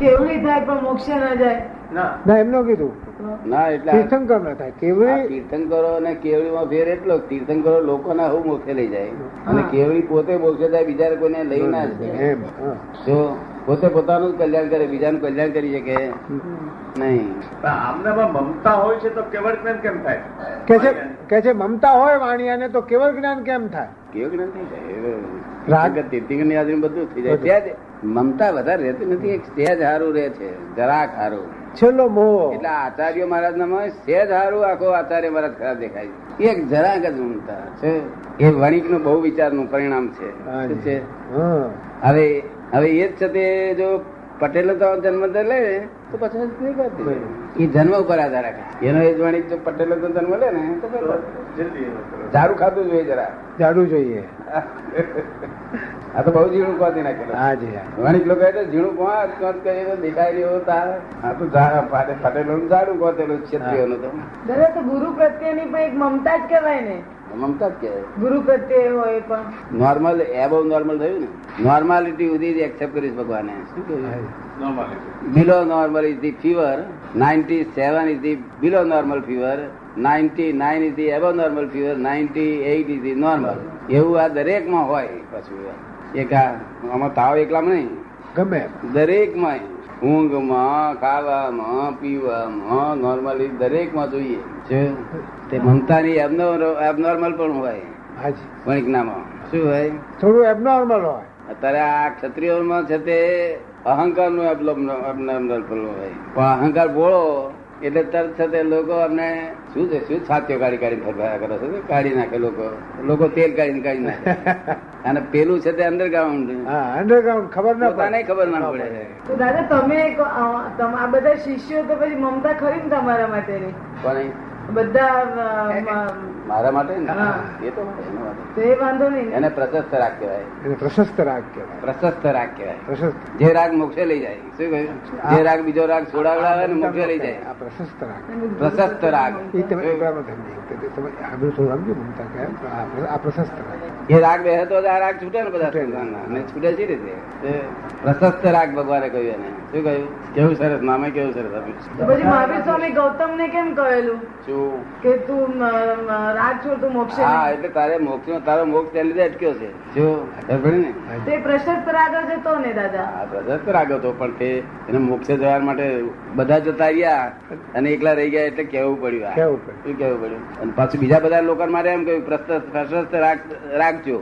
કેવડી થાય પણ મોક્ષે ના જાય ના ના એમ ન કીધું ના એટલે આ- તીર્થંકર ન થાય આ કેવડી તીર્થંકરો અને કેવડીમાં ફેર એટલો જ. તીર્થંકરો લોકોના હું મોક્ષે લઈ જાય અને હા. કેવડી પોતે મોક્ષે જાય બીજાને કોઈને લઈ ના જાય. એમ હા. જો પોતે પોતાનું જ કલ્યાણ કરે બીજાનું કલ્યાણ કરી શકે નહીં આમનામાં મમતા હોય છે તો કેવળ જ્ઞાન કેમ થાય કે છે કે છે મમતા હોય વાણિયાને તો કેવળ જ્ઞાન કેમ થાય કેવું જ્ઞાન થઈ જાય રાગ- રાગ તીર્થંકરની હાજરીમાં બધું જ થઈ જાય ત્યાં જ મમતા વધારે રહેતી નથી એક સહેજ હારું રહે છે જરાક હારું છેલ્લો મોહ એટલે આ આચાર્ય મહારાજ ના સહેજ હારું આખો આચાર્ય મહારાજ ખરાબ દેખાય છે. એક જરાક જ મમતા છે એ વણિક નું બહુ વિચારનું પરિણામ છે હા શું જી. છે હા. હવે હવે એ જ છે તે જો પટેલ તો જન્મ તો લે તો પછી નહીં કરતી એ જન્મ ઉપર આધાર રાખે છે. એનો એ જ વણિક જો પટેલ તો જન્મ લે ને તો તો બરાબર. જલ્દી એનો કરો. ઝાડુ ખાતું જોઈએ જરા જાડું જોઈએ આ તો બહુ જીણું કોતી નાખેલું હા જી હા. વણિક લોકો એ તો ઝીણું પાંચ પાંચ કરી તો દેખાય નહીં એવું તાર આ તો ઝા- પાટે- પટેલોનું ઝાડું ગોતેલું ક્ષત્રિયોનું તો દરેક ગુરુ પ્રત્યેની પણ એક મમતા જ કહેવાય ને મમતા જ કહેવાય ગુરુ પ્રત્યે હોય પણ નોર્મલ એબો નોર્મલ થયું ને નોર્માલિટી સુધી જ એક્સેપ્ટ કરીશ ભગવાને શું કહ્યું Normality. Below normal is the fever ninety seven is the below normal fever ninety nine is the above normal fever ninety eight is the normal એવું આ દરેકમાં હોય પાછું એક આ આમાં તાવ એકલામાં નહીં ગમે એમ. દરેકમાં ઊંઘમાં ખાવામાં પીવામાં નોર્મલી દરેકમાં જોઈએ છે તે મમતાની એબનોર્મલ પણ હોય હા જી વણિકનામાં શું હોય થોડું એબનોર્મલ હોય અત્યારે આ ક્ષત્રિયોમાં છે તે અહંકારનું એબનોર્મલ પણ હોય પણ અહંકાર બોળો એટલે તરત છે તે લોકો અમને શું છે શું છાતીઓ કાઢી કાઢી ફરવા કરે છે કાઢી નાખે લોકો લોકો તેલ કાઢીને કાઢી નાખે અને પેલું છે તે અંડરગ્રાઉન્ડ હા અંડરગ્રાઉન્ડ ખબર ના પોતાને ખબર ના ના પડે તો દાદા તમે એક, અ, તમ- આ બધા શિષ્યો તો પછી મમતા ખરી ને તમારા માટેની પણ બધા અ, મ- મારા માટે ને હા. એ તો એના માટે. તો એ વાંધો નહીં ને? એને પ્રશસ્ત રાગ કહેવાય એને પ્રશસ્ત રાગ કહેવાય પ્રશસ્ત રાગ કહેવાય પ્રશસ્ત જે રાગ મોક્ષે લઈ જાય શું કહ્યું જે રાગ બીજો રાગ છોડાવડાવે ને મોક્ષે લઈ જાય આ પ્રશસ્ત રાગ પ્રશસ્ત રાગ. એ તમે એકલામાં સમજી શકતા નથી. તમે આગળ થોડું સમજો મમતા કે આ પ્ર- આ પ્રશસ્ત રાગ એ રાગ બે હતો તો આ રાગ છૂટે ને બધા સંસારના. અને છૂટે છે રીતે એ પ્રશસ્ત રાગ ભગવાને કહ્યું એને શું કહ્યું કેવું સરસ નામે કેવું સરસ તો પછી આપ્યું મહાવીર સ્વામી ગૌતમ ને કેમ કહેલું શું? કે તું મ, મ, રાગ છોડ તું મોક્ષે હા નહીં. એટલે તારે મોક્ષ તારો મોક્ષ તેને લીધે અટક્યો છે જો ખબર પડી ને તે પ્રશસ્ત રાગ જ હતો ને દાદા આ પ્રશસ્ત રાગ હતો પણ તે એને મોક્ષે જવા માટે બધા જતા રહ્યા અને એકલા રહી ગયા એટલે કેવું પડ્યું આ. કહેવું પડે શું કહેવું પડ્યું અને પાછું બીજા બધા લોકો મારે એમ કહ્યું પ્રશસ્ત પ્રશસ્ત રાખ- રાખજો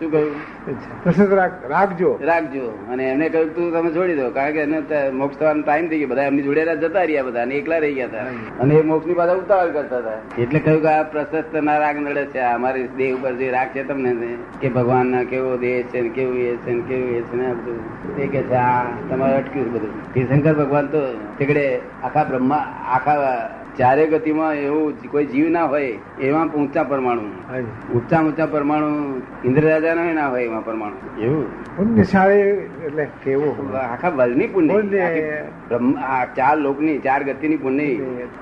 શું કહ્યું અચ્છા. પ્રશસ્ત રાગ રાખજો રાખજો અને એમને કહ્યું તું તમે છોડી દો કારણ કે એને ત- મોક્ષ થવાનો ટાઈમ થઈ ગયો બધા એમની જોડે રહ્યા જતા રહ્યા બધા અને એકલા રહી ગયા હતા અને એ મોક્ષ ની પાછા ઉતાવળ કરતા હતા એટલે કહ્યું કે આ પ્રશસ્ત ના રાગ નડે છે આ અમારી દેહ ઉપર જે રાગ છે તમને તે, કે ભગવાન ના કેવો દેહ છે ને કેવું એ છે ને કેવું એ છે ને આ બધું એ કે છે આ તમારે અટક્યું છે બધું તીર્થંકર ભગવાન તો તેકડે આખા બ્રહ્મા આખા ચારે ગતિમાં એવું જ- કોઈ જીવ ના હોય એમાં ઊંચા પરમાણુ હાજી. ઊંચા ઊંચા પરમાણુ ઇન્દ્રરાજા ના હોય એમાં પરમાણુ એવું પુણ્ય શાળી એટલે કેવું આખા વર્લ્ડની પુણ્ય પુણ્ય. આખી બ્રહ્મ- આ ચાર લોકની ચાર ગતિની પુણ્ય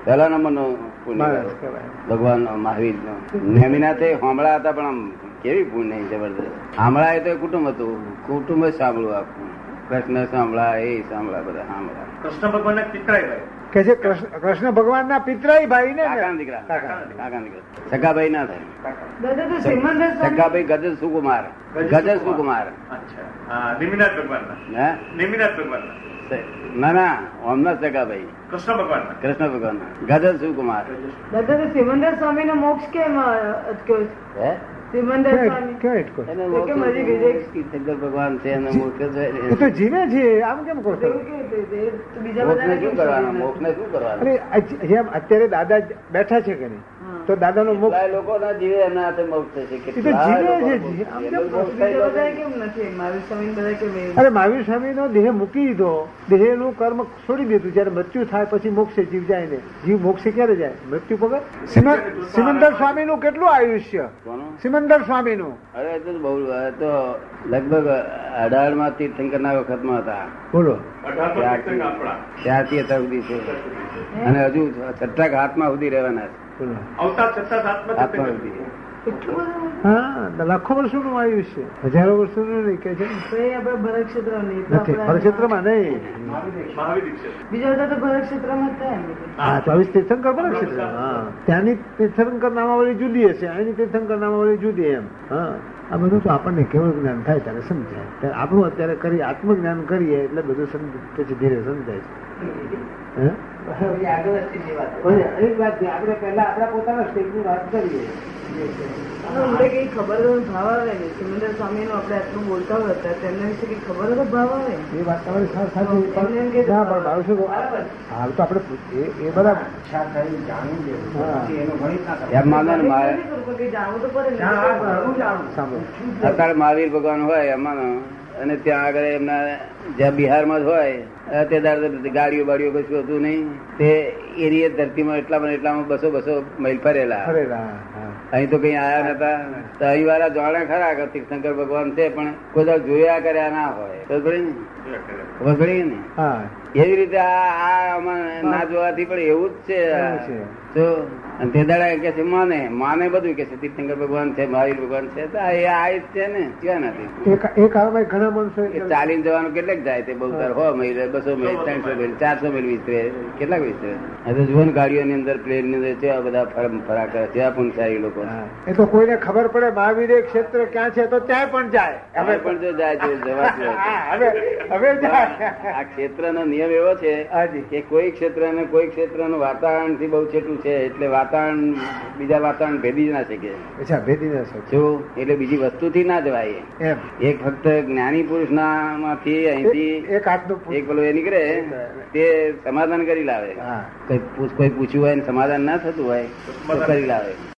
પહેલા નંબરનો પુણ્ય માણસ કહેવાય ભગવાન મહાવીરનો નેમિનાથે હોમળા હતા પણ આમ કેવી પુણ્ય જબરદસ્ત હામળા એ તો એ કુટુંબ હતું કુટુંબ જ સાંભળવું આખું કૃષ્ણ સાંભળા એ સાંભળા બધા સાંભળા કૃષ્ણ ભગવાન ને પિતરાય ભાઈ કે છે કૃષ્ણ કૃષ્ણ ભગવાન ના પિતરાઈ ભાઈ ને કાકાના દીકરા કાકાના કાકાના દીકરા સગાભાઈ ના થાય દાદા તો શ્રીમંદર સ્વામી સગાભાઈ ગજ સુકુમાર ગજ ગજ સુકુમાર અચ્છા હા નિમિનાથ ભગવાનના હે નિમિનાથ ભગવાનના ના ના ઓમના સગાભાઈ કૃષ્ણ ભગવાનના કૃષ્ણ ભગવાન ગજન શિવકુમાર દાદા તો શ્રીમંદર સ્વામી નો મોક્ષ કેમ અ, અટક્યો છે? હે શ્રીમંદર સ્વામી ક્યાં અટકો એને તો કેમ હજી બીજે- શંકર ભગવાન છે એને મોક્ષ જ હોય ને. એ તો જીવે છે આમ કેમ કરો એવું કેવી રીતે? એ તો બીજા મોક્ષને બધાને શું કેમ કરવાનું સમજાયું? મોક્ષને શું કરવાનું અરે આ જે- જેમ અત્યારે દાદા જ બેઠા છે કે નહીં હા. તો દાદાનો મોક્ષ કેટલાય લોકો ના જીવે એમના હાથે મોક્ષ થશે તો કેટલાય જીવે લોકોનો છે, મોક્ષ જીવે. આમ થશે. કેમ મોક્ષ બીજા થયેલો બધાએ છે. કેમ નથી મારું સ્વામી બધા કેમ એવું? અરે મહાવીર સ્વામી નો દેહ મૂકી દીધો દેહનું કર્મ છોડી દીધું જયારે મૃત્યુ થાય પછી મોક્ષે જીવ જાય ને જીવ મોક્ષે ક્યારે જાય મૃત્યુ પગર સિમંદર સ્વામી નું કેટલું આયુષ્ય કોનું? સિમંદર સ્વામી નું અરે એ તો બહુ એ તો લગભગ અઢાર માં તીર્થંકર ના વખત માં હતા બોલો અઢારસો ત્યારથી તીર્થંકર આપણા ત્યારથી અત્યાર સુધી છે ¿eh? અને હજુ છઠ્ઠા હાથમાં સુધી રહેવાના છે બોલો અવતાર છતાં સાતમા હાથમાં તીર્થંકર. સુધી એટલું બધું? હા લાખો વર્ષોનું આયુષ્ય હજારો વર્ષોનું નહીં કે છે ને. તો એ આપણે ભરતક્ષેત્ર નહીં તો નથી આપણા- પરક્ષેત્રમાં નહીં મહાવીર દીક્ષિત. બીજા બધા તો ભરતક્ષેત્રમાં જ થાય એમ બધું. હા ચોવીસ તીર્થંકર પરક્ષેત્ર હા ત્યાંની તીર્થંકર નામાવલી જુદી હશે અહીંની તીર્થંકર નામાવલી જુદી એમ હા આ બધું તો આપણને કેવળ જ્ઞાન થાય ત્યારે સમજાય ત્યારે આપણું અત્યારે કરી આત્મજ્ઞાન કરીએ એટલે બધું સમજ પછી ધીરે સમજાય છે હે બધી આગળ વસ્તીની વાત. કોઈ એક વાત છે આપણે પહેલા આપણા પોતાના સ્ટેજની વાત કરીએ અને મને કંઈ ખબર તો ભાવ આવે ને સિમંદર સ્વામીનું આપણે આટલું બોલતા હોય અત્યારે, તો એમના વિશે કંઈ ખબર તો ભાવ આવે ને? એ વાત તમારી સા- સાચી એમને એમ કે પણ- ના, પણ મારું શું બરાબર. હાલ તો આપણે એ- એ બરાબર હા. એમ માનો ને મારે નથી કરવું, કંઈ જાણવું તો પડે ને. સાંભળો. અત્યારે મહાવીર ભગવાન હોય એમાંનો અને ત્યાં આગળ એમના જ્યાં બિહારમાં જ હોય તે દાડે તો ગાડીઓ બાડીઓ કશું હતું નહીં તે એની એ ધરતીમાં એટલામાં ને એટલામાં બસો બસો મહિલ ફરેલા અરે રા, હા. અહીં તો કઈ આયા નતા તો અહીં વાળા જાણે ખરા કે તીર્થંકર ભગવાન છે પણ કોઈ દાડો જોયા કર્યા ના હોય ખબર પડી ને? ખબર પડી ને હા એવી રીતે આ આ આમાં ના જોવાથી પણ એવું જ છે એવું છે. તો અને તે દાડા કે છે માને માને બધું કે છે તીર્થંકર ભગવાન છે મહાવીર ભગવાન છે તો આ એ આ જ છે ને ક્યાં નથી એક એક આવે ઘણા માણસો એ ચાલીને જવાનું કેટલેક જાય તે બહુ તાર હો મહિલ બસો મહિલ ત્રણસો મહિલ ચારસો મહિલ વિસ્તરે કેટલાક વિસ્તરે આ તો જુઓ ને ગાડીઓની અંદર પ્લેન ની અંદર કેવા બધા ફરમ ફરા કરે છે પણ સારી લોકો છે. હા. એ તો કોઈને ખબર પડે મહાવીર ક્ષેત્ર ક્યાં છે તો ત્યાં પણ જાય હવે પણ જો જાય તો જવા જ દો. હા, હવે હવે જાય આ ક્ષેત્રનો નિયમ એવો છે હાજી. કે કોઈ ક્ષેત્ર ને કોઈ ક્ષેત્રનું વાતાવરણ થી બહુ છેટું છે એટલે વાતાવરણ બીજા વાતાવરણ ભેદી જ ના શકે અચ્છા ભેદી ના શકે જો એટલે બીજી વસ્તુ થી ના જવાય એમ એક ફક્ત જ્ઞાની પુરુષ ના માંથી એક- અહીંથી એક હાથનું પૂછ- એક પેલો એ નીકળે તે સમાધાન કરી લાવે હા કઈ પૂછ- કોઈ પૂછ્યું હોય ને સમાધાન ના થતું હોય તો કરી લાવે